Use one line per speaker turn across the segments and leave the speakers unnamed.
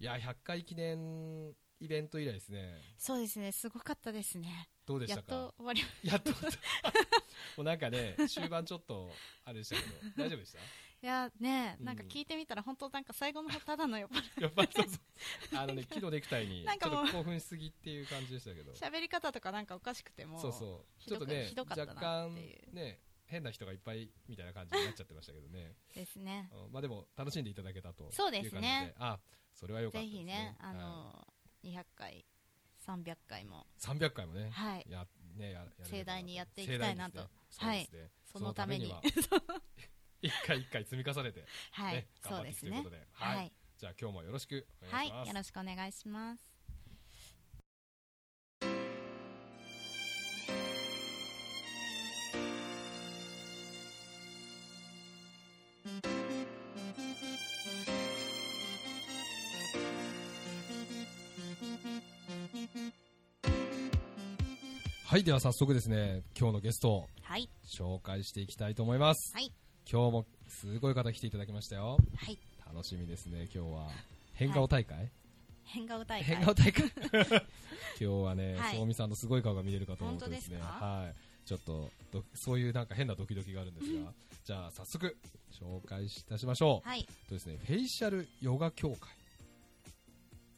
いや、100回記念イベント以来ですね。
そうですね、すごかったですね。
どうでし
や
た
っ
か
と終わりま
やっと もうなんかね、終盤ちょっと、あれでしたけど、大丈夫でした
いやね、
うん
なんか聞いてみたら、本当なんか最後の方ただの酔っ払い
やっぱりそうそう。あのね、木のネクタイに、
なん
ちょ
か
っと
も
興
う
奮しすぎっていう感じでした けど。
喋り方とかなんかおかしくても
そうそう。
ひ
ちょ
ど
っ
く
とね
ひ、どかった
若
なっ
干
ていう、
ね、変な人がいっぱいみたいな感じになっちゃってましたけどね。
ですね
あのまあでも、楽しんでいただけたという感じで。
そうですね
あ、それは良かったで
ぜ
すね。
ひねあ
はい
の、200回300回も
300回もね。
はい
や、ね、や、やれれば
盛大にやっていきたいなと
盛大にですねそうですね。
そのために
その は一回一回積み重ねて、
はい、
ね、頑
そ
張って
うで
いく
す
というこ
ね
とで。
はい、
はい。じゃあ今日もよろしくお願
はい
しま
い、
す
よ。ろしくお願いします
はい、では早速ですね、今日のゲストを
はい
紹介していきたいと思います。
はい
今日もすごい方来ていただきましたよ。
はい
楽しみですね、今日は。変顔大会、
変顔大会
変顔大会今 日はね、
はい
そうみさんのすごい顔が見れるかと思うとですね、
本当ですか
はい。ちょっとど、そういうなんか変なドキドキがあるんですが、じゃあ早速、紹介いたしましょう。
はい
えっとですね、フェイシャルヨガ協会。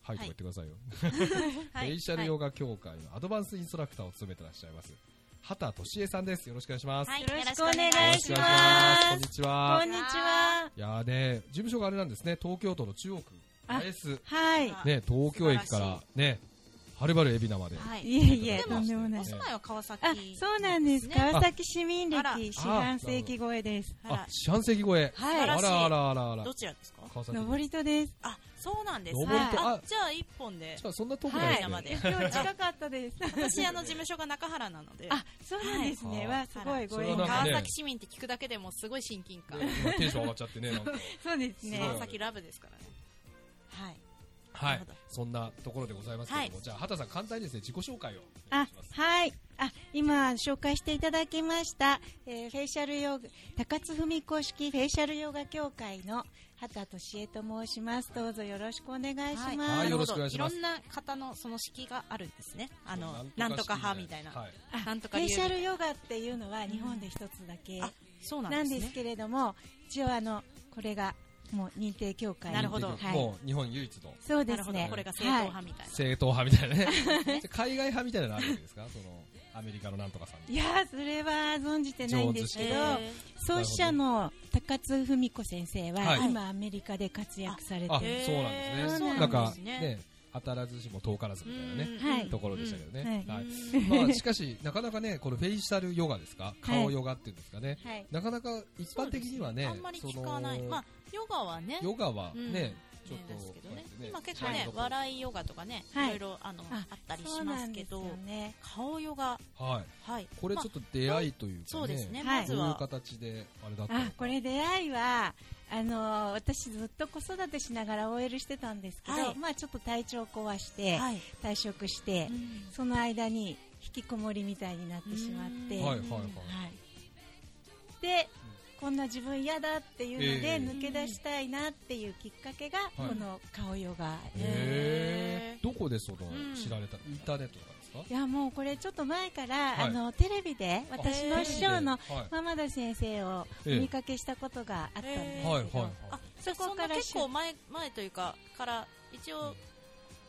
はい、
はい
とか言ってくださいよ。
は い
フェイシャル
は
ヨガ協会のアドバンスインストラクターを務めてらっしゃいます、畑俊恵さんです。よろしくお願いします。
はい
よろしくお願い
よろ
し
くお
ま
願いしこ
す
んにち
こ
は
ん。にちはい
やーね、事務所があれなんですね、東京都の中央区、
あ
八重洲、
はい
あ
ね、東京駅か
素晴
ら、ね、はるばる海老名まで。
はい
いえいえ
でも
とんでもない
ね
お住まいは川崎
あそうなんです
ね
川崎市民歴
あら
四半世紀超えです
あ
あ
ら、
四半世紀超え。
はい
あらあらあらあら。
どちらですか
川崎。
登り戸です
あそうなんです
上
り
と
あ
あ
じゃあ一本で
じゃあそんな遠くないです
は
ね
い。で
今日近かったです
私あの事務所が中原なので
あそうなんですね
はい
わすごいご
それは
縁
なんか
が
川
ね
崎市民って聞くだけでもすごい親近感、
ね今テンション上がっちゃってね、なんか。
そうですね
すご
川
い
崎ラブですからね
は
はいないるほど。
そんなところでございますけども、
はい
じゃあ、畑さん、簡単にですね、自己紹介をお願い
あ
します。
はいあ今紹介していただきました、えーフェイシャルヨガ高津文子式フェイシャルヨガ協会の畑俊恵と申しますどうぞよろしくお願いします、
はい
なるほど
よろしくお願いします
いろんな方のその式があるんですねあの
な
なんんとか派
式
みたいな、
はい。
あ
なんとか
フ
理
ェイ
由
シャルヨガっていうのは日本で一つだけ
あそうな
なんん
です
です
ね
けれども、一応あのこれがもう認定協会
なるほど
はい、
もう日本唯一の
そう
な
で
る
す
ほど
ね
これが正統派みたいな、
正統派みたいな ね。じゃあ海外派みたいなのあるわけですかその、アメリカのなんとかさんみた
い、いやーそれは存じてないんですけど、
上
へ
創始者の高津文子先生は
はい
今アメリカで活躍され
いな。あ、
て
そうなんです
そう
ね。
なんですね
なんか、ね、当たらずしも遠からず
ー
みたいなね、
は
う
い
ん
ところでしたけどね。
うん
はい。
うん
まあ、しかし、なかなかね、このフェイシャルヨガですか顔ヨガっていうんですかね。
る、はい、
なかなか一般的にはね、
あんまり聞かない
その
まあヨガはね
ヨガはね、
うん
ちょっと、
ねですけど
こうや
ね
ってね
今結構ね、
はい
笑いヨガとかね、
はい
い、ろいろあのあ
あ
ったり
そ
し
う
ま
な
す
ん
け
です
ど
よね
顔ヨガ
はい。
はい
これちょっと出会いというかね、
そうですね、
はい
まず
どういう
は
形であれだったの
あこれ出会いはあのー私ずっと子育てしながら OL してたんですけど、
はい
まあちょっと体調を壊して、
はい、
退職して、その間に引きこもりみたいになってしまって、
はいはいはい
でこんな自分嫌だっていうの
ええ
で抜け出したいなっていうきっかけが
はい
この顔ヨガ
へ
で、
え
へ
どこでその
うん
知られた、インターネットとかですか
い、やもうこれちょっと前から、
はい
あのテレビで私の師匠
は
の
い、
マ田先生をお
ええ
見かけしたことがあったんですけど、
はいはいはい
あそ
そ
こか
こからら
結構前前というかから一応、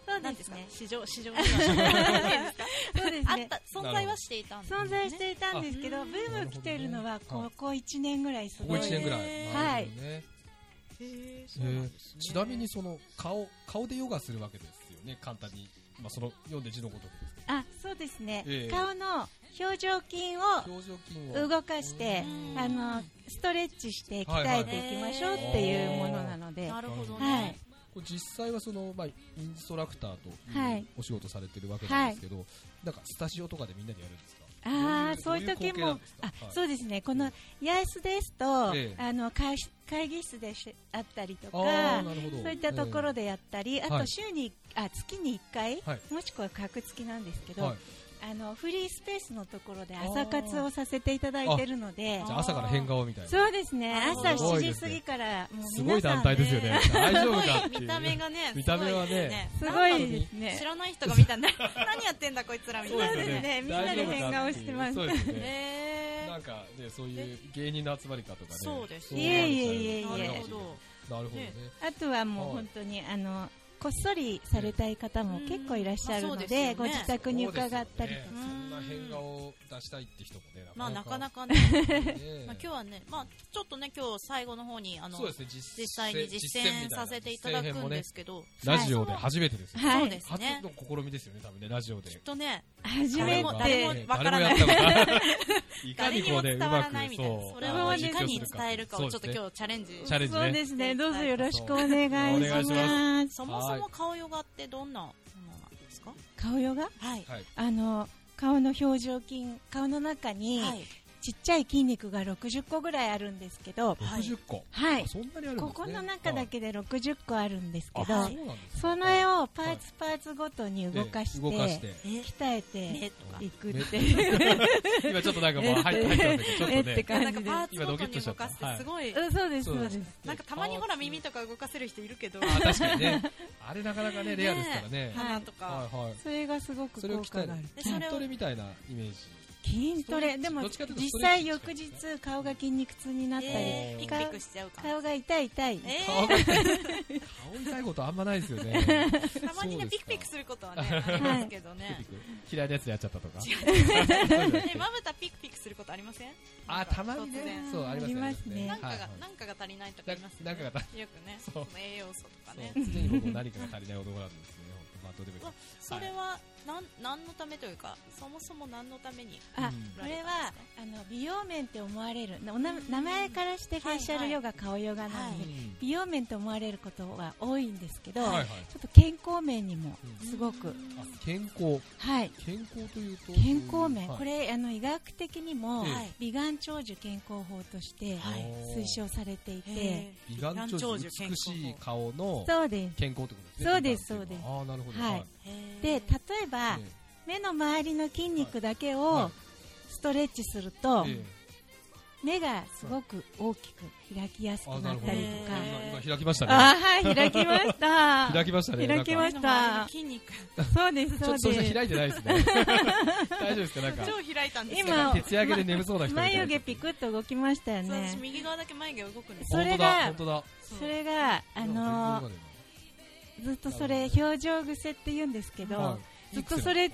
そう
なん
で
ですすか
ね
市 場市場
そうです
あっ
ね
た存在はしていたんですね
存在していたんですけ
あ
ど、ブーム来てるのは
なるほどねは
こ
い
こ1年ぐらいす
ここ
ごい
1年ぐらい、
へ
ー
なるほどね
へー
え
そうなんですね
ちなみにその顔顔でヨガするわけですよね簡単に、まあ、その読んで字のごとくですけ
あそうですね、
ええ
顔の表情筋を
ど表情筋を
動かして
うん
あのストレッチして鍛えていきましょうっていうものなので、
なるほどね、
はい
これ実際はその、まあ、インストラクターと
は
いう
い
お仕事されてるわけなんですけど、なんかスタジオとかでみんなでやるんですか
ああ
ど
そう
う
い
いう
う時
どういう光景なん
も
ですか
あ
はい
そうですねこの八重洲ですと、
ええ
あの会会議室でしあったりとか
ーなるほど
そういったところ
で、
でやったり、
え
あと週に、あ月に1回、
はい
もしくは隔月なんです
え
け
ー
ど、
はい
あのフリースペースのところで朝活をさせていただいてるので
じゃあ朝から変顔みたいな
そうですね
あー
朝
すご
7
い
時
です
過
ね
ぎからもう皆さん、
すごい団体ですよね大丈夫かっ
す
てい
ご
う
い見た目がね、
見た目はね
す
す
ご
ご
い
い
で
ですすね。
ね
知らない人が見 たら、な何やってんだこいつらみたいな。
そうですねみんなで変顔してます
そうです
ね
ね
え
なんかねそういう芸人の集まりかとかね
そうです
思われちゃう
いえいえいえいえ
な
あれ
る
かもしれ
ほ
ない
ど。
なるほどね
ね
あとはもう
はい
本当にあのこっそりされたい方も結構いらっしゃるの
うんまあそうです
で、
よね
ご自宅に伺ったりとか
そうですよねそんな変顔を出したいって人もね
まあなかな
か
かね、まあ今日
日
はね、まあちょっとね今日最後の方にあの
そうですね実
実際に実践させていただくんですけど、
ラジオで初めてですよ
はい
そうです
初
ね。
の試みですよね多分ねラジオで
きっとね、
初
誰
め
も
て
誰もわからない
誰もやったことないいか
誰
に
に
こ
も
うねう
伝わ
ま
らない
く
みたいな。
そ
そうれを
あの
いかに
実況す
伝えるかをちょっと
そう
今日チャレンジ。
チャレンジね
そうですねどうぞよろしくお願いし
お願いし
ま
ます
そもそも顔ヨガってどんなものなんですか？
顔ヨガ
はい
です。ねはい
あの顔の表情筋顔の中に
はい。
ちっちゃい筋肉が60個ぐらいあるんですけど、
はい
60個
はい
あそんなにあるんですね
ここの中だけで60個あるんですけ
あそ
ど、
うなんですね
それ
は
をパーツパーツごとに
い
動かして、
動かして
え
鍛えて
目とか
いくって
め
いう、
今ちょっとなんかもう入って入ってますけどちょ
え
っ
っ
と
て
ね
な んか
感じで
パーツごとに動かすってすごい。
うんそうです
そ
そう
う
で
ですす
なんかたまにほら耳とか動かせる人いるけど、
あ確かにねあれなかなかねレアですからね
はい
鼻とか。
はいはい
それがすごく
それを
効
鍛
果
え
がある
る
でそ
筋
れを
トレみたいなイメージ
筋トレ
ストレッチ
でも
どっちかというと
実
ストレッチ
際翌日顔が筋肉痛になったり、
えー、ピ
い
クピクしちゃうから。
顔が痛い痛い、
え
顔が痛い顔痛いことあんまないですよね
ー、たまにね
そうです
ピク
か
ピクすることはねありますけどね。
嫌いなやつやっちゃったとか
ねまぶたピクピクすることありません？
あたまに
突
ね
然
そうありますね
なんか
はい
が
はい
なんかが足りないとか言いますよ
な
ね。
なんかが
よくね、
そう
その栄養素とかね
そ。う常に僕も何かが足りない男なんですね本当まあどうでもいいけど
それはなん何のためというか、そもそも何のために。
う
あ
ん
これはあの美容面って思われるおな名前からしてフェイシャルヨガ、顔ヨガなので、
は
美容面と思われることが多いんですけど、
はいはい
ちょっと健康面にも
うん
すごく、
あ健康
はい
健康というと
健康面、
はい
これあの医学的にも、
え
はい
美顔長寿健康法として
はい
推奨されていて
へ
美顔長寿美しい顔の
そうで
健康ってことですね
そうです
美顔っていのはああなるほど
はい
ー
すで例えば、
え
目の周りの筋肉だけ
え
を
は
ストレッチすると、
いええ
目がすごく大きく開きやすく
あな
なっ
るほ
た
ど
り
今
とか
へー
今開きましたね
あはい開きました
開きましたね
開きま
なんか
目の周りの
し
筋肉
そうです
ちょ
そ
っと
う
それ
です
開いてないです ね大丈夫ですかなんか
超開いたんですけど
今
徹夜明けで眠そうな人みたいな
眉毛ピクッと動きましたよ
そう
ね
私右側だけ眉毛動くんです
それが
本当だ
そう
それがあ
本当だ
のずっとそれ表情癖って言うんですけど、
はい
ずっとそれ
い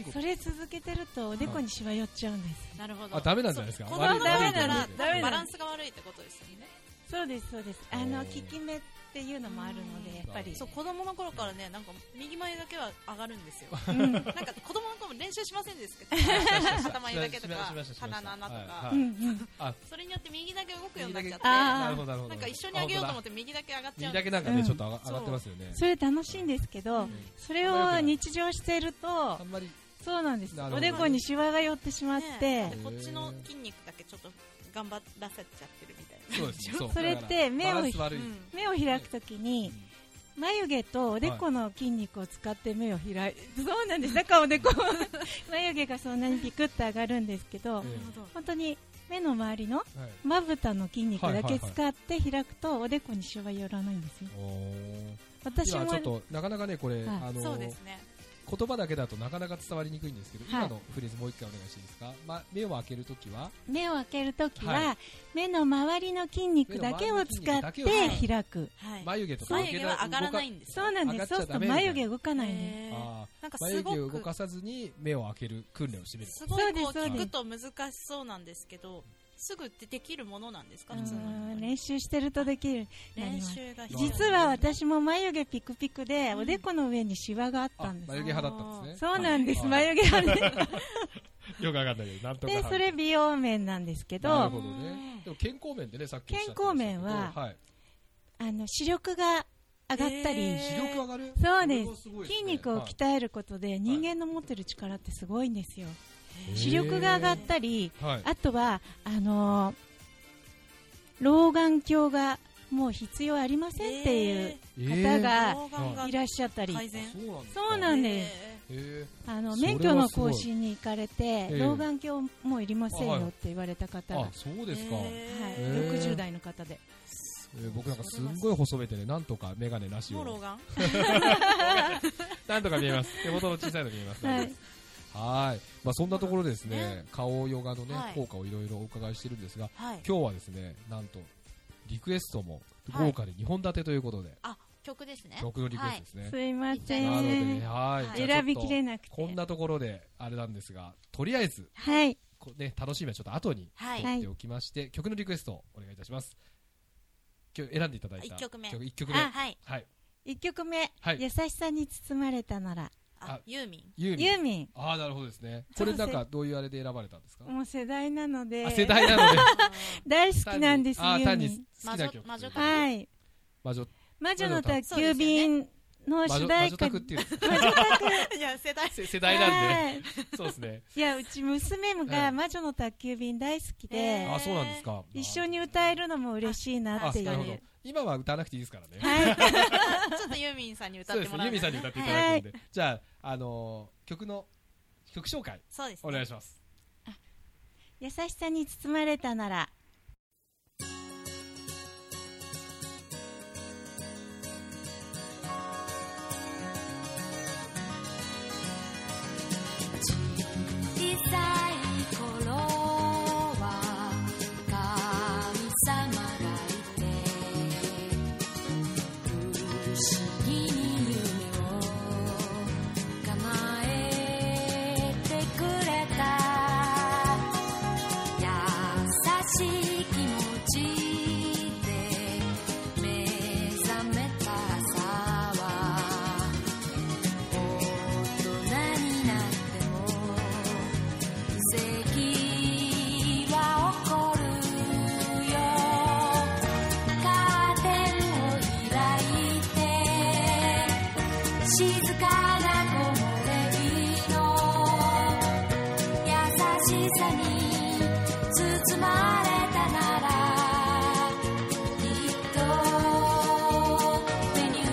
いこと
それ続けてるとおでこにしわ寄っちゃうんです、
なるほど
あダメなんじゃないですか
そう子供の
悪い
前なら
悪い
ダメ
バ
だ
ランスが悪いってことですよね
そうですそうですあの
お
効
ー
き目っていうのもあるのでやっぱり
そう子供の頃からねなんか右眉だけは上がる んですよ
うん
なんか子供の頃も練習しませんでした
した
頭眉だけとか
しましたしました
鼻の穴とか、
は
う
い
んうん
それによって右だけ動くようになっちゃって
右だけあー
なるほどなるほど
なんか一緒にあげようと思っ
って
て右だけ上がっち
右
ゃうんで
だ
す
けなんかね
うん
ちょっと上が
そう
上がってますよね
それ楽しいんですけど、
うん
それを日常してると
あんまり
そうなんです
なる
お
ほど
でこにシワが寄ってしまっ
ね
て、
だってこっちの筋肉だけちょっと頑張らせちゃってるみたいな
そうですねう
それって目
だからバ
を
ランス悪い
うん
目を開くときに眉毛とおでこの筋肉を使って目を開いそうなんですだからおでこ 眉毛がそんなにピクッと上がるんですけど、
ええ
なるほど
本当に目の周りの
はい
まぶたの筋肉だ
はい
け
はいはい
使って開くとおでこにシワ寄らないんですよ
おー
私
今
も
ちょっとなかなかねこれ
はい
あ
そ
の
うですね
言葉だけだとなかなか伝わりにくいんですけど
はい
今のフレーズもう一回お願いしていいですかま目を開けるときは
目を開けるときは、
は
目の周りの筋肉だけを使っ
目の周りの筋肉だ
て開く
はい
眉毛とか
眉毛は上がらないんですよ
そうなんです
上
そ
が
うす
っちゃダ
ると
メみたいな
眉毛動かないんです
へー
あ
なん
ー
かす
眉
ご
毛を動
く
かさずに目を開ける訓練をしてみる
すごいこう
そうですそう
聞
です
くと難しそうなんですけどすぐってできるものなんですか
う
普通の
ーん
人
練習してるとできるようになり
練
ます
習が必要
実は私も眉毛ピクピクで、おでこの上にシワがあった
あ
んです
眉毛派だったんですね
そうなんです、
はい
眉毛派 で
よくわかんないけど、なんとか。
でそれ美容面なんですけど
なる
あ
ほどね。でも健康面でね、さっきおっしゃってましたけど。
健康面はいの視力が上がったり、
へー
視力上がる
そうです
これもごいね
筋肉を鍛えることで人間の持ってる力ってすごいんですよ、
はい
視力が上がったり
はい。
あとはあのー老眼鏡がもう必要ありませんっていう
えー
方が
老眼
あ
いらっしゃった
が
り、
改善
そうなんですか
そうなんです
え
え
あの
それは
免許の
すごい
更新に行かれて、
え
老眼鏡もういりませんよ
あはい
って言われた方が、
あ
はい
そうですか、えへ
へ
ー
60代の方で、
ー僕なんかすんごい細めてねなんとか眼鏡なし
ーもう老
を
眼
なんとか見えます手元の小さいの見えます
はい、
はーい、まあ、そんなところでですね、
ね
顔ヨガのね、
はい
効果をいろいろお伺いしてるんですが、
はい
今日はですね、なんと、リクエストも
はい
豪華で2本立てということで、
あ曲ですね
曲のリクエストですね。
すいませ
なので
ん、
ね、はい、
はい
じゃあ
選
ち
び
ょっと
きれなく
こん
て、
なところで、あれなんですが、とりあえず、
はい、
こね、楽しみはちょっと後に
はい、
は
や
い
っておきまして、曲のリクエストをお願いいたします。今日選んでいただいた
一曲目
一曲目。
あはい
はい。
1曲目、
はい
優しさに包まれたなら、
あ
あ
ユーミ ン
ユーミン。
ユーミ
ああ、なるほどですね。これなんかどういうあれで選ばれたんですか
ン、もう世代なので
あ、世代なので。
大好きなんです、ユ
あー
ー
単
ミ
に
ン。
好きな曲。
魔女魔女宅
はい
魔女、
魔女の宅
そうです
急
よ
便の
魔
主
女、
題
魔
歌
女宅っていうんですか
いや世代
せ世代なん
は
で。
い
そうですね。
いやうち娘
はい
が魔女の宅急便大好きで
へー
あ、そうなんですか。
一緒に歌えるのも嬉しいな
あ、
ってい
なるほ
う
ど。今は歌わなくていいですからね。
はい
ちょっとユーミンさんに歌
そう
っ
で
て
す
も
ね。ユ
らう
ミさんに歌っていただくんで。じゃあ、あのー、曲の、曲紹介、
そうです
お願い
ね
します。
優しさに包まれたなら
小さい頃は神様がいて不思議に夢を叶えてくれた優しい気持ちで目覚めた朝は大人になっても奇跡は起こるよカーテンを開いて静かな木漏れ日の優しさに包まれたならきっと手に移る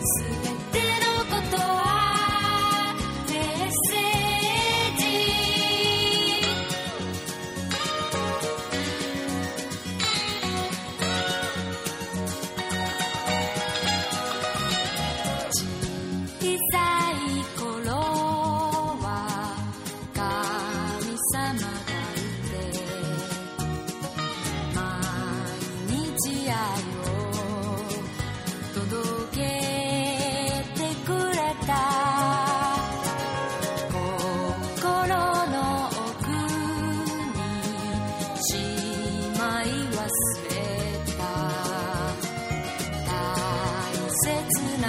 「すべてのことはメッセージ」小さい頃は神様がいて毎日愛を届けてくれた心の奥にしまい忘れた大切な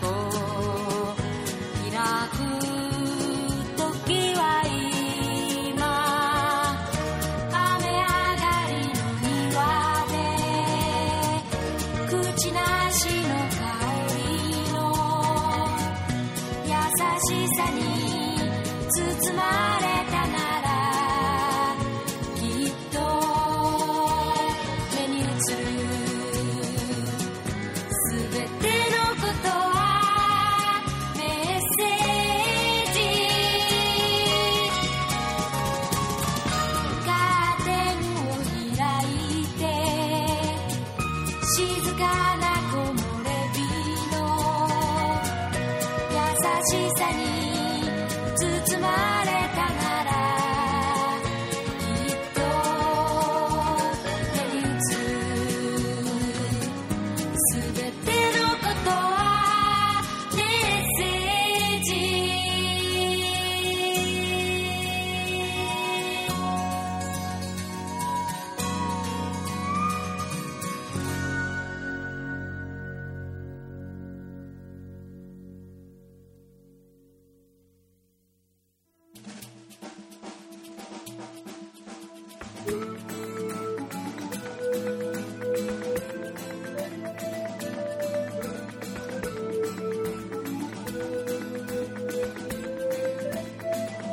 箱を開く時は今雨上がりの庭で口なしの香りの優しさに包まれたならきっと目に映るすべてのことはメッセージカーテンを開いて静かな木漏れ日の優しさに包まれたならきっと手に移るすべてのことはメッセージ
いやー、世代でしたね。
いい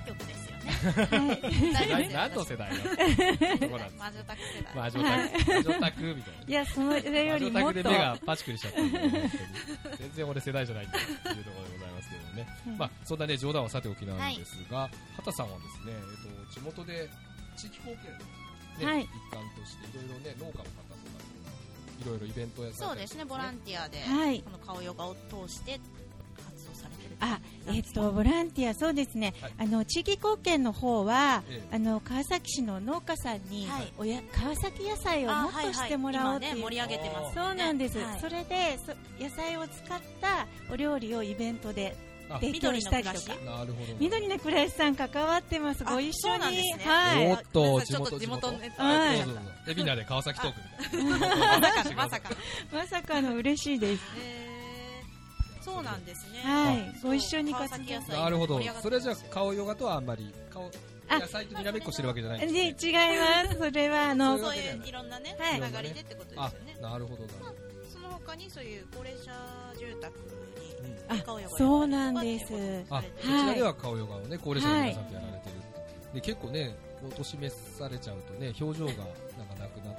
曲ですよね
な何の世代のとこなんですか
魔女宅世代。
まあ、ジョタク、ジョタクみたいな
やそのそれより
まあ
もっ
ジョタクで
と
目がパチクリしちゃったんで、本当に全然俺世代じゃないっていうところでございますけどね。
うん
まあ、そんなね、冗談はさておきなんですが、畑さんはですね、えっと、地元で地域貢献の、ね
はい
一環として、いろいろね、農家の方とか、いろいろイベントやされ
そう
たり
ですね、ボランティアで、
はい
この顔ヨガを通して活動されてる。
あえっと、ボランティア、そうですね、
はい
あの地域貢献の方は、
ええ
あの川崎市の農家さんに、
はい
おや川崎野菜をもっとしてもらおうって
今
いう、
ね、盛り上げてます、ね。
そうなんです、
はい
それでそ野菜を使ったお料理をイベントで
あ
提供したりとか。
緑
なるほど。
緑の暮らしさん関わってます。
あ
ご一緒
そうなんで
に。
すね
はい。
おっと
あちょっと
地
地
元地元
元熱
はい
そうそうそうでみんなで川崎トークみたいな。
まさかの、ま さかの。
まさかの嬉し いです。
えー、そうなんですね。
はい。
そう
ご一緒に
川
活
崎
動
野。菜
なるほど
盛り上が。って
それはじゃあ
ますよ
顔ヨガとはあんまり顔
あ
野菜とにらめっこしてるわけじゃないん
で、違
で
います
ね。
す。それは、あの、
そういういろんなね、
はい
つながりでってことですよ
あ
ね、。
なるほどなるほど。
その他にそういう高齢者住宅に
うん
あ
顔汚れ
そうなんです
あ、
は
こ
い
ちらでは顔ヨガをね、高齢者の皆さんとやられてるって。で、結構ね、お年召されちゃうとね、表情がなんかなくなったりとか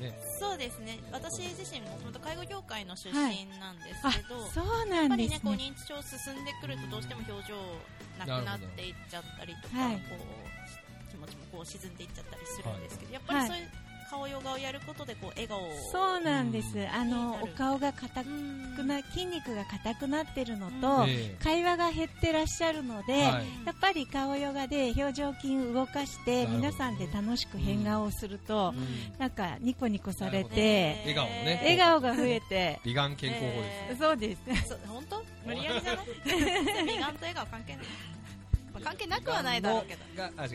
ね。
そうですね私自身も本当介護業界の出身なんです
あ
けど、、
そう
やっ
な
ぱ
んで
り
す
ね
ね。
こう認知症進んでくるとどうしても表情なくなっていっちゃったりとか、
はい
こう気持ちもこう沈んでいっちゃったりするんですけど、やっぱ
は
り
い
そういう顔ヨガをやることでこう笑顔を
そうなんで
うん
す。あの、お顔が硬
う
く
ん
な、筋肉が硬くなってるの
あ
と、
え
会話が減ってらっしゃるので、
えは
や
い。
っぱり顔ヨガで表情筋を動かし
な
て、
るほど
皆さんで楽しく変顔をすると
う、ん
なんかニコニコされ
ね
て、
笑顔ね
笑顔が増えて、
美顔健康法ですね。
えー
そうです。
そう本当無理やりじゃない美顔と笑顔関係ない、まあ、関係なくはないだろうけ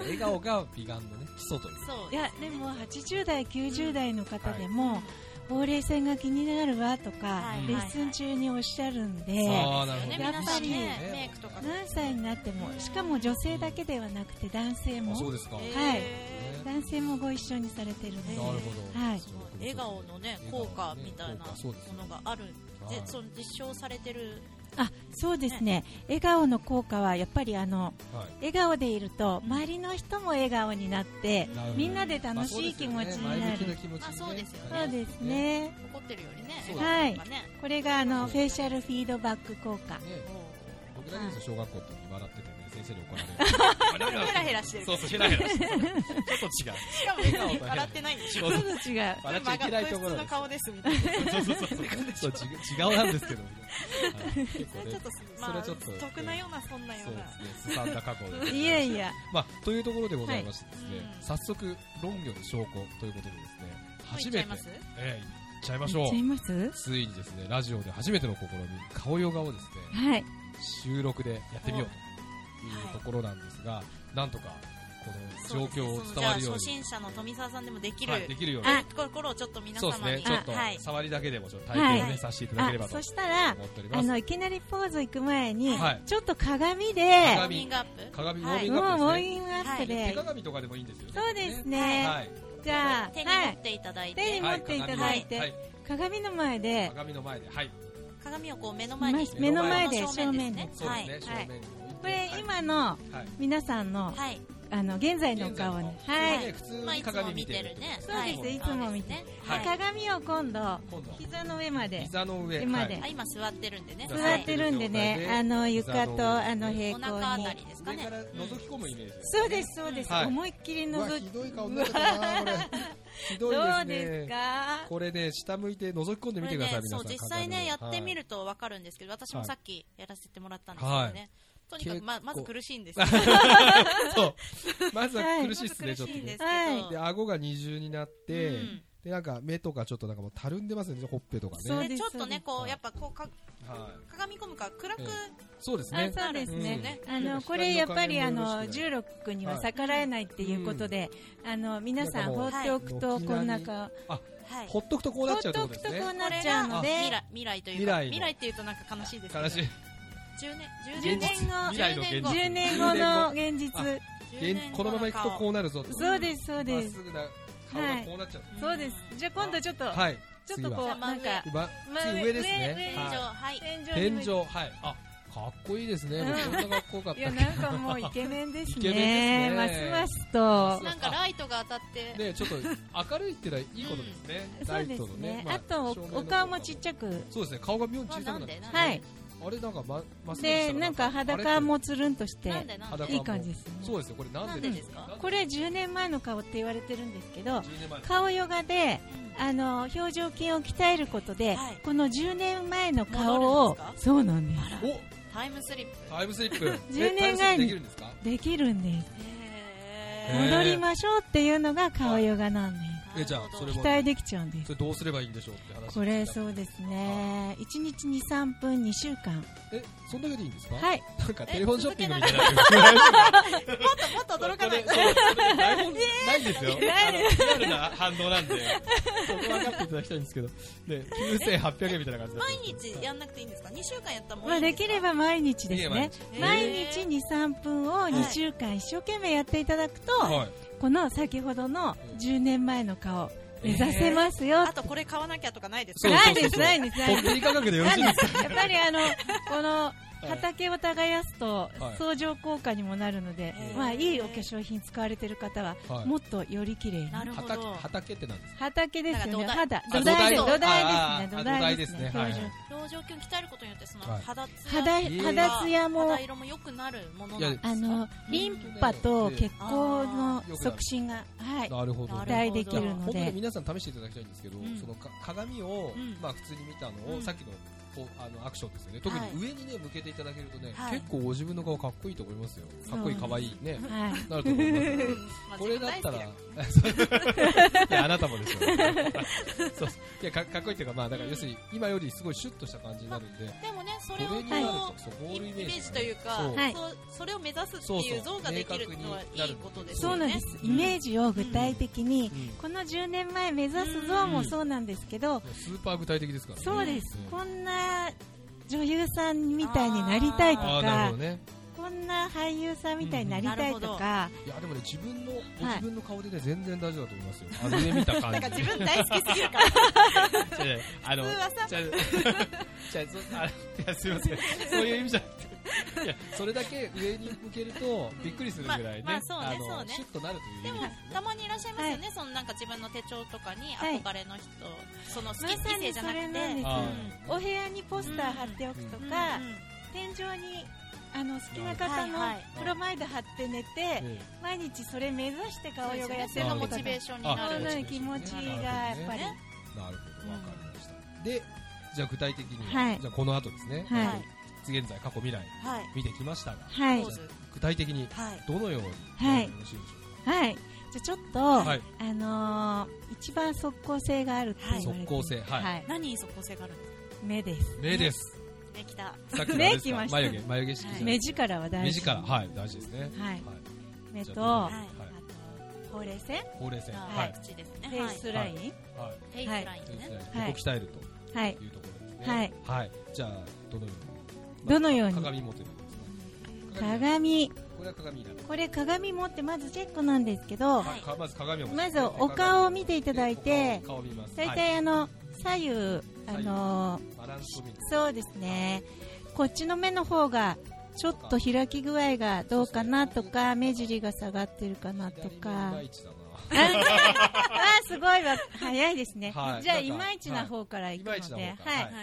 ど
美顔のが、あ、違う、笑顔が美顔のね、基礎という。
そう
いやでも80代、90代の方で
うん
もほうれい線が気になるわとか
はい
レッスン中におっしゃるんで
ああ、なるほど。
ね
皆さんね
メイクとか
何歳になってもしかも女性だけではなくて男性
あ
も
そうですか。
えー
はい
ね
男性もご一緒にされてるん
な
で
るほど。
はい
そういうことで
笑顔のね効果みたいな
効果そうですね
ものがある
はい
でその実証されてる
あそうですね笑顔の効果はやっぱりあの
はい
笑顔でいると周りの人も笑顔になって
なるほど
みんなで楽しい気持ちになる
まあ
ま
そう
あそう
で
ですす
よね
よね
前
そう
向きな気持ちにね
です。ね
怒ってるよりね
そう
だ
笑顔とかね
これがあのフェイシャルフィードバック効果
ね
お
僕だけですよ小学校の時笑っててね、先生に怒られる。
ーヘラヘラしてる
そうそう、ヘラヘラしてる。ちょっ
しかも
笑顔とヘラヘラ
笑ってないんで
と
し
違
ょ
う。
ちょっと違う
笑っちゃいけないところで
これ普通の顔ですみたいな
す。そうそうそうそう。そう、違うなんですけど。はい結
そ
構
れち
ね
ょっ。と
それ
ま
は
あ
ちょっと
得なようなそんなよ
そう
う
で
な
すね。すさんだ過去で。
いやいや
まあ、というところでございましてですね、
はいうん
早速、論魚の証拠ということでですね、
もう
初
言っ
めて、
ちゃいます
ええ行っちゃいまし
行
ょ
っ
う
ちゃい。ます
ついにですね、ラジオで初めての試み、顔ヨガをですね、
はい
収録でやってみようというところなんですが、なんとかこの状況を伝わるよう
そうですねそのじゃあ初
に
心者の富澤さんでもできる
はい、できるように
あところをちょっと皆
そう
様
ですね
に
ちょっと
はい
触りだけでもちょっと体験をね、
はい
させていただ
あ
ければと
そしたら
思っておりま
あ
す
のいきなりポーズ行く前に、
はい
ちょっと鏡で
ウォ
鏡
ーミングアップ
鏡ウォ
は
ー
い
ミン
も
グ
うウ
ア
ォ
ッ
ー
プですね
ミングアップで、
手鏡とかでもいいんですよね
そうですね、
はい
じゃあ
手に
は
持っ
い、
ていただいて、
手に持
は
っ
い
ていただいて、
鏡はい
鏡の前で
鏡の前ではい
鏡をこう目の前に
目の前
で
正面です
そう
ね
ですね
はい、
正
はい
面に置いて
これ、今の
はい
皆さんの,、
はい、
あの現在のお
現在
顔
の
ね
顔
はい、
これね普
ま
通
あ
に
いつも
鏡
見
見て
て
る
るね
と
そう
はい
です、
はい
い、つも見て、
そうで
は
すね
い
鏡を今度
今度
膝の上まで
膝の上
今
は
で
い
あ今座ってるんでね
座
座
は
っ
い
てるんでね、
はい
あの
膝の
床
上
とあの平
お
行
腹あた
に
りですか
上
ね
から覗き込むイメージです
そうですそうです、
はい
思いっきり
うわ
覗
ひ
き
どい顔になっちゃったなこれひど
どう
いですね
ですか
これね、下向いて覗き込んで
こ
みてください、
れね
皆
そ
さ。
うん実際ねや
簡単に
ってみ。るとわかるんですけど私
は
も
い
さっきやらせてもらったんですけどね、とにかくま
結構
まず苦しいんです よ
はいそう。まずは苦しいっすね、
ま
ち
ず
ょっと
苦しいん
ね
です。けど、
はい
で、顎が二重になって、
うん
で、なんか目とかちょっとなんかもうたるんでますよね、ほっぺとか
そう
ね。
です
でちょっとね
そう
こ
です
うやっぱこうか
はい。
鏡込むから暗く、
えそうです
あ
ね。
そうですね、
うん
あ
なん
の
か
これやっぱりあ
光の
の
加減
16区には逆らえないっていうことで、あの皆さん放っておく
は
と
い
こんな顔
はい
ほっとくとこうな
放
っ
っ
ちゃうっててこと
おく
です
とこ
ね。
うなっちゃうので
未来未来という
未来
か
の
未来っていうとなんか悲しいですけど
悲しい。
10年10
10年
年
後
未来の現実。
10年後の現実
あ
10
現
年後
このまま行くとこうなるぞって。
そうですそう
まっ
です
すぐな顔がこうなっちゃう。
うん
そうですじゃあ今度ちょっと、
はい。
ちょっとこ
次は
うなんか
ま
まあ
次上です
上
ね。
天井
は
はい
天
い
井に
天
向い
井、
て
はい。あ、かっこいいですね。もうこんなかっこよかっ
い
た
や
っ
なんかもうイケメンですね
イケメンですね
ますますと
なんかライトが当たって、
けね、ちょっと明るいってのはいいことですね。
そうですね、
ま
あ、とおお顔もちっちゃく
そうですね、顔が妙に小
ま
さ
あ
く
な
なっ
ん
て
でなんで、
はい
あれなんかま、まっすぐした
で
ら
なんか裸
あ
もつるんとして
なんでなん
れっ
で
て
いい感じですね
そうですよ、これなんでです
なんでです
か
か
これ10年前の顔って言われてるんですけど
10年前
顔ヨガであの表情筋を鍛えることで、
はい
この10年前の
戻
顔
るん
を
ですか
そうなんです
お
タイムスリップ
タイムスリップ。ね
10年
タイムスリッ
前
プで
に
きるんですか
できるんです
へー
戻りましょうっていうのが顔ヨガなんで
え、じゃあ、それ
す
も、
期待できちゃうんです
それどうすればいいんでしょうって話。
これそうですね1日23分2週間
え、そんだけでいいんですかい。
はい
なんかテレフォンショッピングみたいな。
もっ と驚かない
それそれ台本ないんですよ。
ない
あのリアルな反応なんで、そこ分かっていただきたいんですけど、ね、9800円みたいな感じで。
毎日やんなくていいんですか2週間やったらも
ま
うい
あ
いんで
です
か
きれば毎日ですね
えー
毎日23分を2週間一生懸命やっていただくと、
はい。
この先ほどの10年前の顔目指せますよ、
あとこれ買わなきゃとかないです
そ
か
う
ないですないですない
ポ
です
ッキリ価格でよろ
な
し
ん
いん
でや
で
っ
すか
ぱり あのこの畑を耕すと
はい
相乗効果にもなるので、
へー
まあ、いいお化粧品使われてる方は
はい
もっとより綺麗に
なるほ
畑
ど
畑ってなんですか
畑ですよね
なん
肌
あ
土台です
土
土
台
台ですね
あ
土
ああ
台ですね
土台ですね
標準
表情筋鍛えることによってその
はい
肌ツヤ
肌
ー
肌ツヤも
肌色も良くなるもの
いや
なんですか
あのリンパと血行の促進が、はい、
なるほど
な
期待できるの
僕ね
で、
皆さん試していただきたいんですけど、
うん
そのか鏡を、
うん
まあ普通に見たのを、
うん
さっきのこうあのアクションですよね特に上にね向けていただけるとね、
はい
結構ご自分の顔かっこいいと思いますよかっこいい
そう
可愛いね
はい、
なると思います
う
よ
んまあ
これだったらいやあなたもですよそうそういやかかっこいいっていうかまあだから要するに今よりすごいシュッとした感じになるんで
でもねそ
こ
れをこ
れになると、
う
そう
イ
ボールイメ
メ
ージ,、
ージというか
そう
はい
そうそれを目指すっていう像ができるのはいいことです
そう
よ
なん
ね
です、イメージを具体的に、
うん
この10年前目指す像もそうなんですけど、
いやスーパー具体的ですからね
そうです、
ん
こんな女優さんみたいになりたいと
ああなる
か
ほど、ね
こんな俳優さんみたいになりたいとか、
いやでもね自分の、ご
はい
自分の顔でね全然大丈夫だと思い ますよあのね見た感じ
なんか自分大好きすぎるから
違う違うあの
普通はさ
じゃあじゃあそあいやすいませんそういう意味じゃなくていや
それだけ上に向けるとびっくりするぐらいね、
まあまあそうね
の
そうね
シュッとなるという
で
意
も
味です
たまにいらっしゃいますよね、そのなんか自分の手帳とかに憧れの人、その好き
ま
異
さ
性
に
じゃ
そ
なくて
れなんです、
あ
お部屋にポスター貼っておくと
うん
か、
うん
天井にあの好きな方の
はいはい
プロマイド貼って寝て、
ね
毎日それ目指して顔ヨガやっ
そ
て
れ
る
が
の
モ
も
チベーションにな
あ
そう
る
な
な
る
る気持ちがやっぱり、
ね
なるほどわかりました、でじゃあ具体的に、
はい
じゃあこの後ですね、
はい
現在過去未来
はい
見てきましたが、
はい
ポーズ
具体的に
はい
どのように
はい
よろしいでしょ
はいじゃあちょっと、
うかはい
あのー一番即効性があるって言われてる
即効性はい
何に即効性があるんですか
目です
目です
ねきた
さっきのあれです
目来
か
ました
眉毛眉毛式じゃない
目力は大
目
事
力はい大事ですね
はい
はい
目
じ
と
ゃあ
あ
はい
とほうれい線
はいほうれい線
あ
はい
口ですね
フェイスライン
はい
フェイスライ
と
ン
いう
ね、
ことでここ鍛えると
はい、
いうところですね
はい、
じゃあどのように
どのように
鏡持ってるんですか
鏡
これは鏡いらない
これ鏡持ってまずチェックなんですけど、
はいかまず鏡を持って
まずお顔を見ていただいて
お顔を見ます
大
はい
体あの左右あのー
バランスを見る
そうですね、こっちの目の方がちょっと開き具合がどうかなとか、目尻が下がってるかなと
左目
か
がい、まいちだ
ああすごいわ、早いですね、
はい
じゃあ、
なんか
いまいちな方からいくので、
はい
は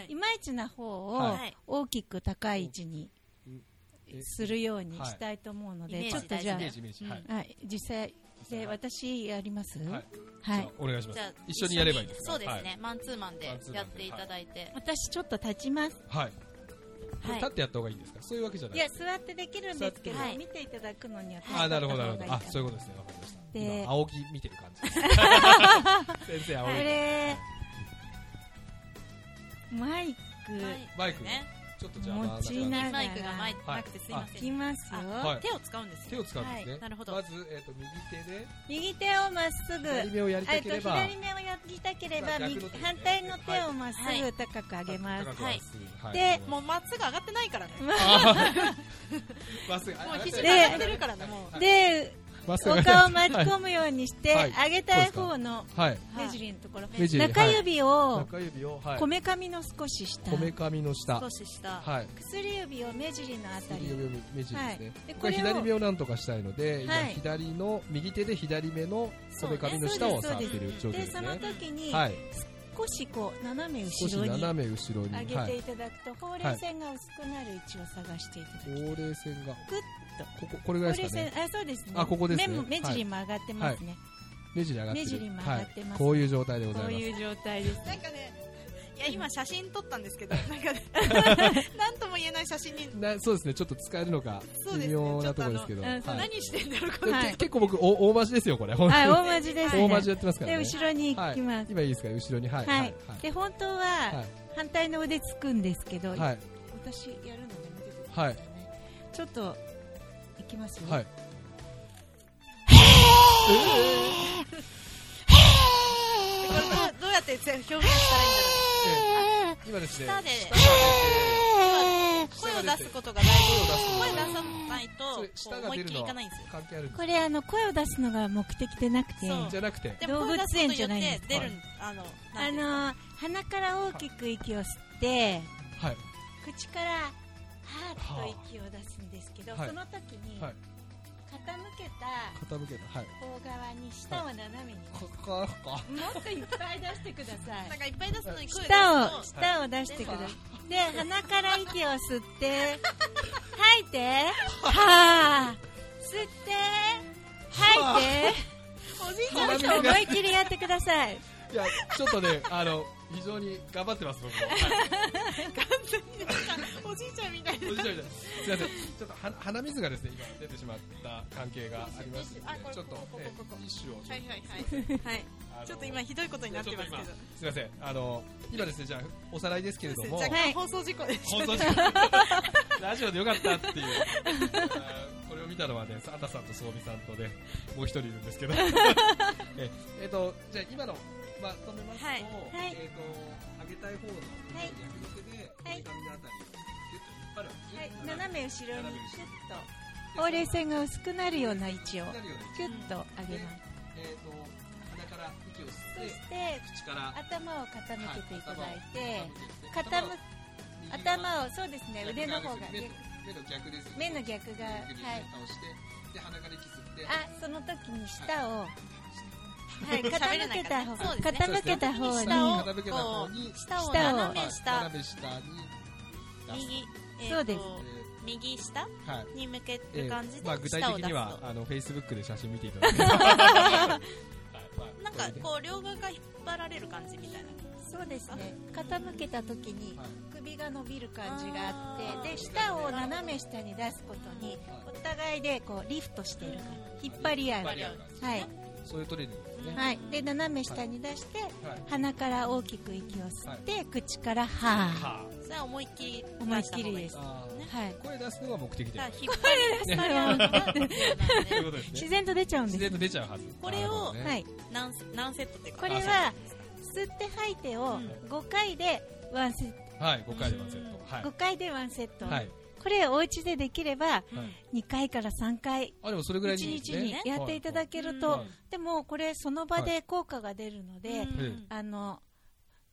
い
いまいちな方から
はい
いまいちな方
は
を
い
大きく高い位置に
な
するようにしたいと思うの
はい
で、ちょっとじ
イ
ゃ
メージイメージはい
あ、はい実際で私やります、
はいじ
は
ゃ
い
あお願いしま
じ
す
ゃあ
一緒にやればいいですか
そうですね、
はい
マンツーマンでやっていただいて
私ちょっと立ちます。
はいこれ
はい
立ってやった方がいいんですかそういうわけじゃない
いや座ってできるんですけど、
座って
見ていただくのには
あーなるほどなるほどあ
立
そ
っ
ういうことですねわかりました
で
今青木見てる感じ です先生
た
青
方がいいかなこ
木
れマイク
マイク
ね
ちょっとじゃあまあ
持ちな
マイクがマイク
はい
なくてすいま
い
せ
き
ん、
ますよ、
はい
手を使うんです
手
よ
を使うんですね、
はいなるほど
まず、えー、と右手で
右手をまっすぐ
左目をやり
え
た
っ
け
と
れ
左
ば
目をやりたけれ
ま
ば
あ逆
右
の手ですね
反対の手をまっす
はい
ぐ高く上げます、
高く上げますはい
で
はい
もうまっすぐ上がってないからね
あーまっすぐ
もう肘
が
が上がってるからねもう
はい
で
まっす
お
ぐ
顔を巻き込むようにして、
はい
上げたい方の
はい
目尻のところ、
目尻
中指を
中指をはい
こめかみの少し下、
こめかみの下
少し下。
はい
薬指を目尻のあた
右
り、
指目尻です
は
ね
い、で
僕は
これを
左目をなんとかしたいので、今
はい
左の右手で左目のこめかみの下を触っている状況
で
です
そ
ね
の時に
はい
少しこう斜め
少
後
し
ろに
斜め後ろに
上げ
は
て
い
いただくと、ほうれい線が薄くなる位置を探していただく。
ほうれい線が
ぐっ
こここれぐら
ほう
い
れ
で
い
すかね
線、あ、そうですね。
あここですね
目も目尻も上がってますね。
目尻上がってる
目尻も上がってます
はい、こういう状態でござい
こ
ま
う
す
いう状態です。
なんかね、いや、今写真撮ったんですけど、なんかね、 なんとも言えない写真に、
なそうですねちょっと使えるのか
そうで
微
すね
妙なところですけど、
ちょっとあのうん
はい
何してんだろう、
で
これ。
はい
け結構僕お大まじですよこれ本
はい、
当
大文字です
に
ね。
大まじやってますか
で、
らね
後ろに行き
は
ま
い
す。
今いいですか後ろにはい
はい
はい
で、本当
は
はい反対の腕つくんですけど、
はいはい
私やるのやめてくだ
は
さい
い
ね。ちょっと行きますよ。
はい
これどうどうやって表現したらいいんだろ
今ですね
う。下で
下
声
が
を
出て
出すことが大事。
声
声
を
出
出す
さない
そ
と
れ、舌
こう思
が
い
出
っ
る
き
の
りい
は
かないんですよ。
関係あるんです
これあの声を出すのが目的でなくて、
そう
あ
じゃなくて
でも、
動
声
物
出すこと
園
に
じ
よっ
ゃない
て出る、あの、なんていう
の鼻から大きく息を吸って、
はい
口からはーっと息を出すんですけど、
はい
その時に
は
傾
い
けた
傾けたはい
方側に舌を斜めに、
こここ
もっといっぱい出してくださ
なん
い
かいっぱい出すのに声出す
舌を
と、
舌を出してくださいで鼻から息を吸 って吐いてはあ吸って吐いて
おじいちゃん
鼻水
思
がい
いっきりやってください
やちょっとねあの非常に頑張ってます僕もはい
おじいちゃんみたいな。
おじいちゃんみたいすいませんちょっとは鼻水がですね今出てしまった関係がありまして
あこれ
ちょっと
ここ
え
ここここ
ティッシュを
はいはいはい。はい。
あの
ちょっと今ひどいことになってますけど。
すいませんあの今ですねじゃあおさらいですけれども
若
は
干
い
放送事故でした
放送時ラジオでよかったっていうあーこれを見たのはねサンタさんとソーミさんとねもう一人いるんですけどええーとじゃあ今のまとめますと、
はい
はい
えーと上げたい方の
はい
逆向けでこ
はい
めかみのあたりをギュッと引っ張るんですね
はい、斜め後ろにキュッと
で
ほうれい線が薄くなるような位置を
なるように
キュッと上げます
えーと鼻から息を吸
そ
っ
してて
口から
頭を傾けていただいて、
はい
傾
を
頭をそうですね
右
腕の
側
方が
目の目の逆ですよね
目の逆がはい
ぐるぐる倒してで鼻から息吸って
あその時に舌を、はい、
喋れ
傾
ない
け
からね
た方、
そうですね
傾けた方に
下を
傾けた方に
下を
下を
斜め
はい
下、
斜め下に出す
右、えーと
そうです
右下
えーはい
に向け
え
る
ー
感じで
まあ具体
舌を
的
出す
に
と。
は
な
あのフェイスブックで写真見ていただければ
んかこう両側が引っ張られる感じみたいな。
そうですね傾けた時に
はい
首が伸びる感じがあ
あ
っ
ー
てで舌を斜め下に出すことにお互いでこうリフトしてる感じ引っ張り合う
引っ張り合う感じ
はい、
そういうトレーニングですね
はい、で斜め下に出して
はい
鼻から大きく息を吸って、口からはー
は
それは思いっきり
思いっきりです
ああ
はい
ー声出すのが目的
だ
で
か
あ
ら
る
引っ張り出され合うのが必要なんで
ということです
自
ね
然と出ちゃうん
自
で
然
す、
と出ちゃうはず
これを
なるほどね
はい、
何セ何セットっていうか
これは吸って吐いてを5回でワンセット
はい5回でワンセットはい
5回でワンセット、
はい
これお家でできれば
はい
2回から3回
あでもそれぐら
1
いでいいで
日
すね
にやっていただけると、
はいはい
でもこれその場で効果が出るので、
うん
うん
あの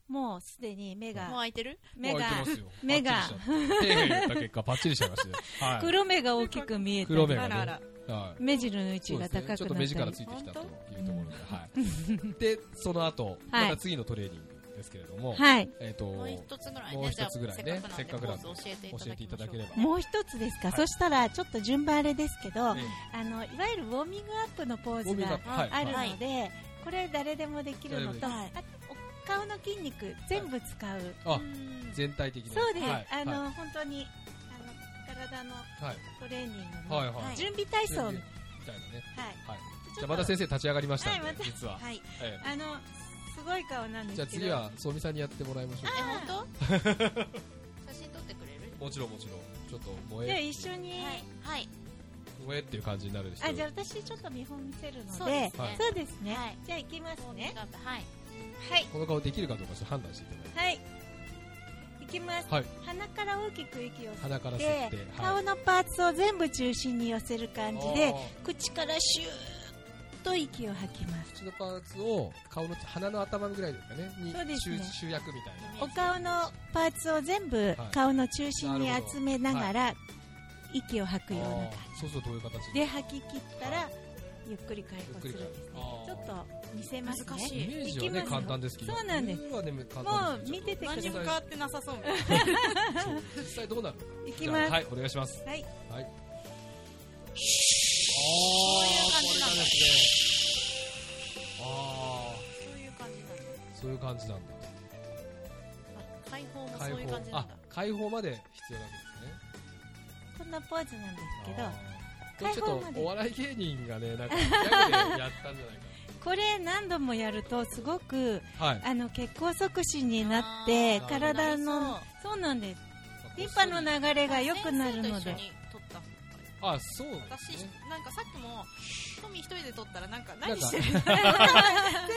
もうすでに目
もう
が
開いてる
目が
開いてますよ
目が
パッチリしちゃった手が言った結果パッチリしちゃいましたよはい
黒目が大きく見えた
黒目
り
がね
あらあら
はい
目汁の位
そ
置
うで
が
すね
高
ちょっ
く
と
な
目
った
力
り
ついてきたというところで、はい。で、その後、また次のトレーニングですけれども、
はい
えっと、
もう
教
一つぐらい
もう
ね
一つぐらいね
じゃあせっかくな
せっかくなん
んで
で
ポーズ教えていただきま
えていただけ
しょう
れば。
もう一つです
は
か、
い
そしたらちょっと順番あれですけど、
え
あのいわゆるウォーミングアップのポ
えウォ
ー
ー
ズ
ミングアッ
が
プはい
ある
はい
ので、これ誰でもできるのと、
はい
あとお顔の筋肉全部使う、
あ
う、ん
全体的に。
そうです、
はい
あの、
は
本当にあの体の
いはい。
トレーニングの、
はいはい。
準備体操の、はい
み、たいなね。はい。じゃあまた先生立ち上がりましたん
は
で
いまた、
実は。
はい
え
あのすごい顔なん
え
です
じ
け
ゃあ
ど
次は、そうみさんにやってもらいましょ
え
う
本当写真撮ってくれる
か。もちろんもちろん。ちょっと燃
じゃあ
え、
一緒に、
はいはい
燃えっていう感じになるでしょ
あじゃあ私ちょっと見本見せるので
そうです
はい
ね
そうですね、
はい
じゃあ行きますね
はい
はい
この顔できるかどうかちょっと判断していただいて。
はい行ききます、
はい
鼻から大きく息を吸っ
鼻から吸ってて、は
顔のパーツを全部中心に寄せる感じで
あ
口からシューッと息を吐きます
口のパーツを顔の鼻の頭ぐらいですかねに
そうですね
集集約みたいな
お顔のパーツを全部顔の中心に集めながら息を吐くような感
あーそうそうどういう形
じで吐き切ったらゆっくり解
ゆっ
放
く
す
り
るん
か
です
あー
ちょっと見せますね
難し
イ
い
メージは
いきま
ね
すよ
簡単ですけど
そうなんです
イメージはね簡
も
単
う
ですけ
見
ど
ててくだ
何にも
さ
変わってなさそ
そ
う
う実際どうなるのか
いいきます
じゃあはいお願いします
はい
はいこ
こういう感じ
れが
なんだ
ですねあ
そういう感じなんだ
あそういう感じなんだ
あ解放もそういう感じな
あ
んだ
解放まで必要なんですね
こんなポーズなんですけど
あー
解
ち
放
ょ
ま
っ
で
とお笑い芸人がねなんかギャグでやったんじゃない
これ何度もやるとすごく
かな はい
あの血行促進になって
あ
ー
な
体の
り
そうなんですリンパの流れが良くなるので
先生と一緒に撮った
あそうなんで
私
すね
なんかさっきもトミー一人で撮ったらなんか
なん
何
か
してる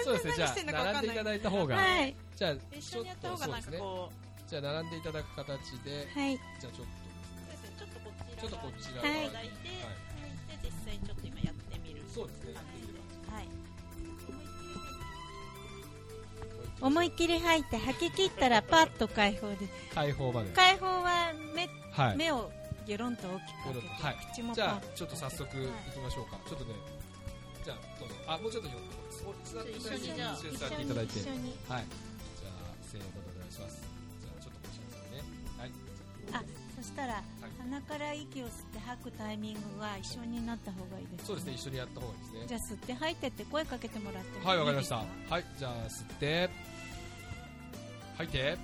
そうですねじ
何
ゃ
してんのか
あ
分か
並
ん
んでいた
ない
だいた方が、
はい
じゃあ
一緒にやった方がなんか
ちょっとそう
こ
ですねじゃあ並んでいただく形で
はい
じゃあちょっ
うそうですねちょっとこち
と
ら
ちょっとこちら
は
側
い
に
いただいてで実際ちょっと今やってみる
そうですね
感じではい
思いっきり吐いて吐き切ったらパッと解放です
解放まで
解放は目
はい
目をギョロンと大きく開けて、
はい
口も
じ
パ
ゃ
ッ
あちょっと早速いきましょうか、ちょっとねじゃあどうぞあもうちょっとよこう座って
一緒にじゃあ
一緒に座っていただいて
一緒に
はいじゃあせーのでお願いしますじゃあちょっとこちらですねはい
あそしたら鼻から息を吸って吐くタイミングは一緒になった方がいいです、ね、
そうですね一緒にやった方がいいです
じ
ね
ゃあ吸って吐いてって声かけてもらっても
はいわかりま
い
し
です
たはいじゃあ吸って吐いてあーこ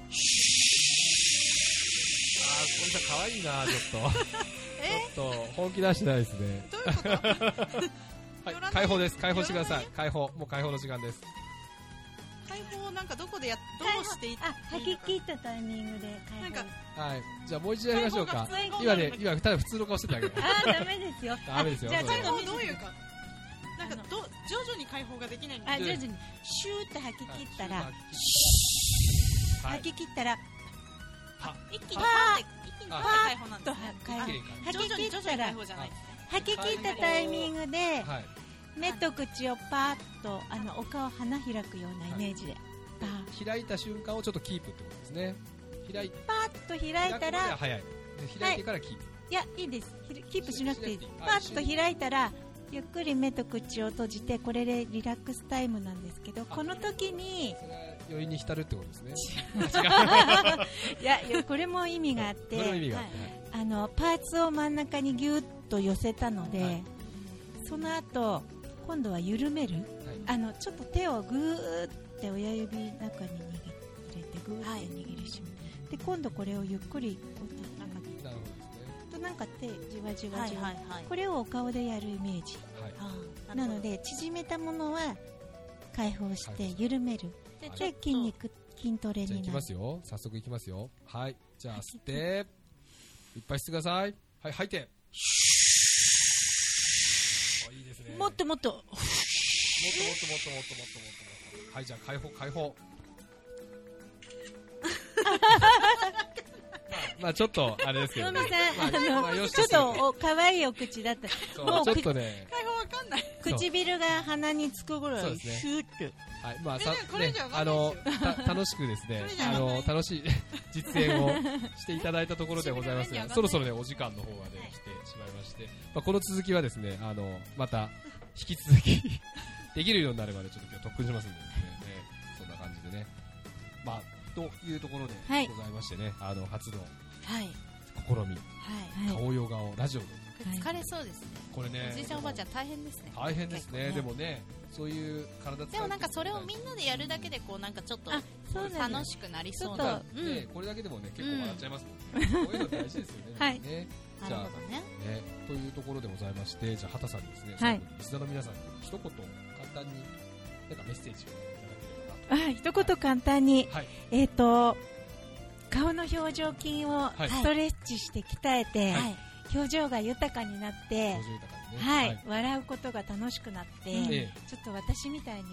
れじゃ可愛いなちょっとちょっと本気出してないですね
どういうこと
はい
寄らない
解放です解放してくだ
寄
さ
らない
い解放もう解放の時間です
解放をなんかどこでやっどうしていい
あ吐き切ったタイミングで解放
なんか
はいじゃあもう一度やりましょうか
解放が
今ね今二人普通の顔してたけど
あーダメですよ
ダメですよ
じゃあ
そ
ちょ
れ
っ
解
と
放
見せて
どういうかなんかど徐々に解放ができないんだ
あ
よ
徐々にシューって吐き切ったら、
はい
吐き切ったら
は
一気にパーって一気にパーって解放なん
と
ですね
解
一
放
気に解
吐
徐
き
々
切
に徐
っ
々
た
に解
ら
放じゃないですね
吐き切ったタイミングで
放はい
目と口をパーッとあのお顔花開くようなイメージでパーッ
開いた瞬間をちょっとキープってことですね開いて
パーッと開いたら
早いで開いてからキープ
いやいいですひキープしなくていいです
し
パ
なくていい
ッと開いたらゆっくり目と口を閉じてこれでリラックスタイムなんですけどこの時に
それは余韻に浸るってことですね
いやいやこれも意味があ っ
それの意
て
味があって
あのパーツを真ん中にギュッと寄せたので、
はい
その後今度は緩める
はい
あのちょっと手をグーって親指中に握入れてグーって握りしめて、で今度これをゆっくりこうなんか
なるほどです
となんか手じわじわ
はい
じわ、
はいはい
これをお顔でやるイメージ
ねはい
あ
なので縮めたものは解放して緩める
で
で筋肉筋トレ
じゃあい
に
き
な
ま
る
すよ早速いきますよはいじゃあ吸っていっぱい吸ってくださいはい吐いてあいいですね
もっともっと
もっともっともっともっともっともっともっとはいじゃあ解放解 放まあまあちょっとあれですけ
の
ど
み
ね
さん、
まあ
あ
まあよ
の
し
ちょっとお可愛いお口だった
そうちょっとね
解放わかんない
そう
唇が鼻につく頃
そうですね
シューって
はいまあさ
ねこれ
ね
じゃわか
あ
んない
の
で
た楽しくですね
これじゃ
あ
わかんない
の楽しい実演をしていただいたところでござ います
しびれが
が
ね
そろそろねお時間の方がね来てしまいましてまあこの続きはですねあのまた引き続き できるようになればねちょっと今日特訓しますんでですねねそんな感じでねまあというところで
はい
ございましてねあの初の
はい
試み
はい
顔ヨガをラジオで
はい
疲れそうですね
これね
おじいちゃんおばあちゃん大変ですね
大変ですね
結構
でもねそういう体使う
でもなんかそれをみんなでやるだけでこうなんかちょっと
あそうなんで
楽
す
しくなりそう
ちょ
な
っ
う
ね
ん、
これだけでもね結構笑っちゃいますもんね、こういうの大事ですよね
はい
ね
な
じ
る
ゃあ
ほどね
ねというところでございましてじゃあ畑さんにですね、
は
最
い
後にリスナーの皆さんに一言簡単になんかメッセージをいただ
あ一言簡単に
ければなとはい
えっ、と顔の表情筋を
はい
ストレッチして鍛えて、
はい
表情が豊かになって、
50豊かにね
はい、笑うことが楽しくなって、
ええ
ちょっと私みたいに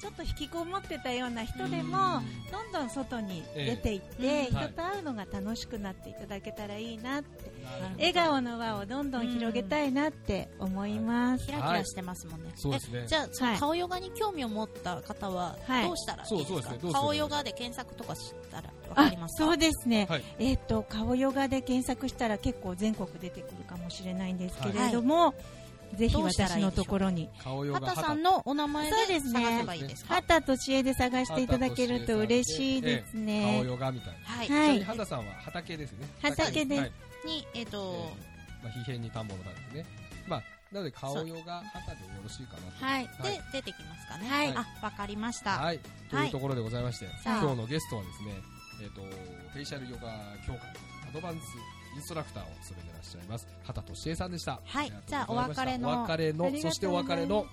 ちょっと引きこもってたような人でも、どんどん外に出ていって、
え
人
はい
と会うのが楽しくなっていただけたらいいなって、
なるほど
笑顔の輪をどんどん広げたいなって思います。
キラキラしてますもんね。
そうですね
えじゃあ、その
はい
顔ヨガに興味を持った方は
は、い
どうしたらいい
そうそうです
で
すね
か、
どうすればいい
顔ヨガで検索とかしたらわか
あ
りますか
そうですね、
はい
えっ、と顔ヨガで検索したら結構全国出てくるかもしれないんですけれども、ぜひ
どうしたらいいん
私の
でしょう
ところに
顔用が
畑さんのお名前で
そうですね
探せばいいですか
畑と知恵で探していただけると嬉しいです
顔
ね。
用がみたいな
は
ちなみ
い。
はい
に、畑さんは畑ですね
畑です
はい
に、え
え
っと、
ーまあ、皮変に田んぼの田ですねまあなので顔用が畑でよろしいかなと
はい。
は
で
い、
出てきますかね。
はい
あ、わかりました。
はい、というところでございまして、
さあ
今日のゲストはですね、えっとフェイシャルヨガ協会アドバンスインストラクターを務めていらっしゃいます畑敏恵さんでした
は
あ
い
りがとうございました
じゃあお別れの
お別れ
あ
の
りがとうございます
そしてお別れの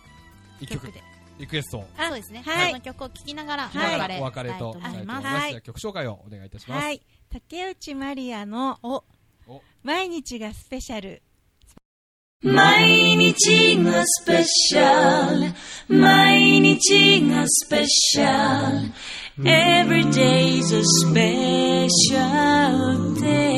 一曲
曲で。
リクエストを
そうですね。
はい
あの曲を聴きながら、
聞きながら
お
お
別
別
れ
れ
したいと
とし
思
たいと
い
思いま
ま。
すす、
はい
じゃあ曲紹介をお願いいたします、
はい、竹内まりやの
お
毎日がスペシャル。
毎日がスペシャル毎日がスペシャル Every day is a special day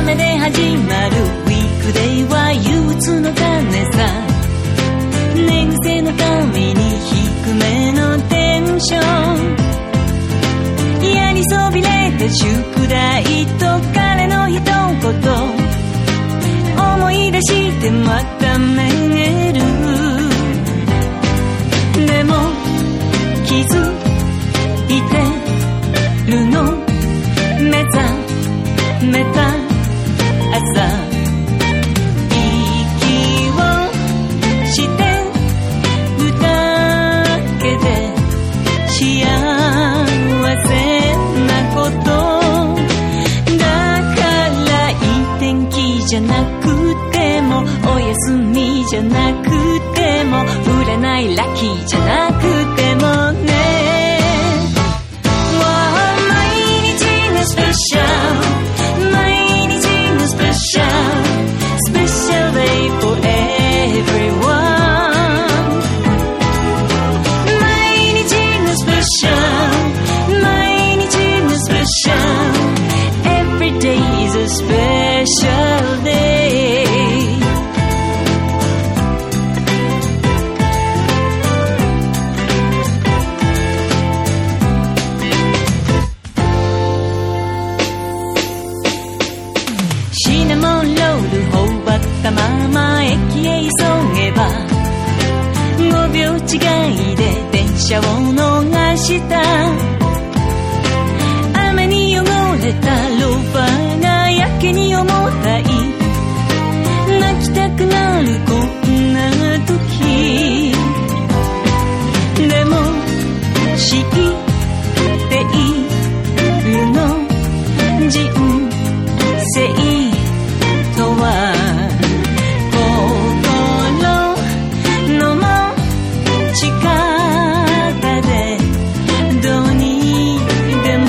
雨で始まるウィークデイは憂鬱の種さ寝癖の髪に低めのテンション嫌にそびれた宿題と彼の一言思い出してまためげるでも気づいてるの目覚めた朝息をしてるだけで幸せなことだからいい天気じゃなくてもお休みじゃなくても占いラッキーじゃなくてもね毎日がスペシャル毎日がスペシャルスペシャル day for everyone 毎日がスペシャル毎日がスペシャル every day is a special day シナモンロール頬張ったまま駅へ急げば5秒違いで電車を逃した雨に汚れたローファーがやけに重たい泣きたくなるこんな時でも知っているの人人生とは心の持ち方でどうにでも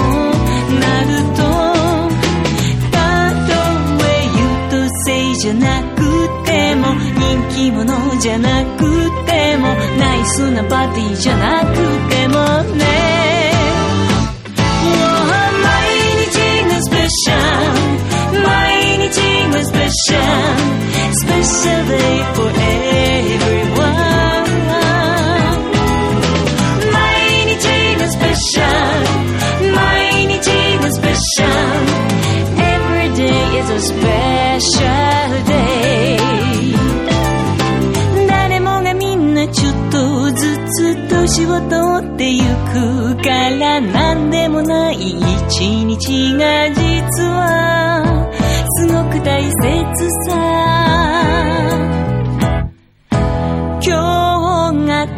なるとたとえ優等生じゃなくても人気者じゃなくてもナイスなバディじゃなくてもね毎日がスペシャル毎日がスペシャルスペシャル day for everyone 毎日がスペシャル毎日がスペシャル every day is a special day 誰もがみんなちょっとずつ年を取ってゆくから何でもない一日が実はすごく大切さ今日が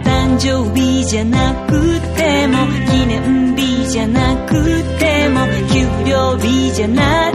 誕生日じゃなくても記念日じゃなくても給料日じゃな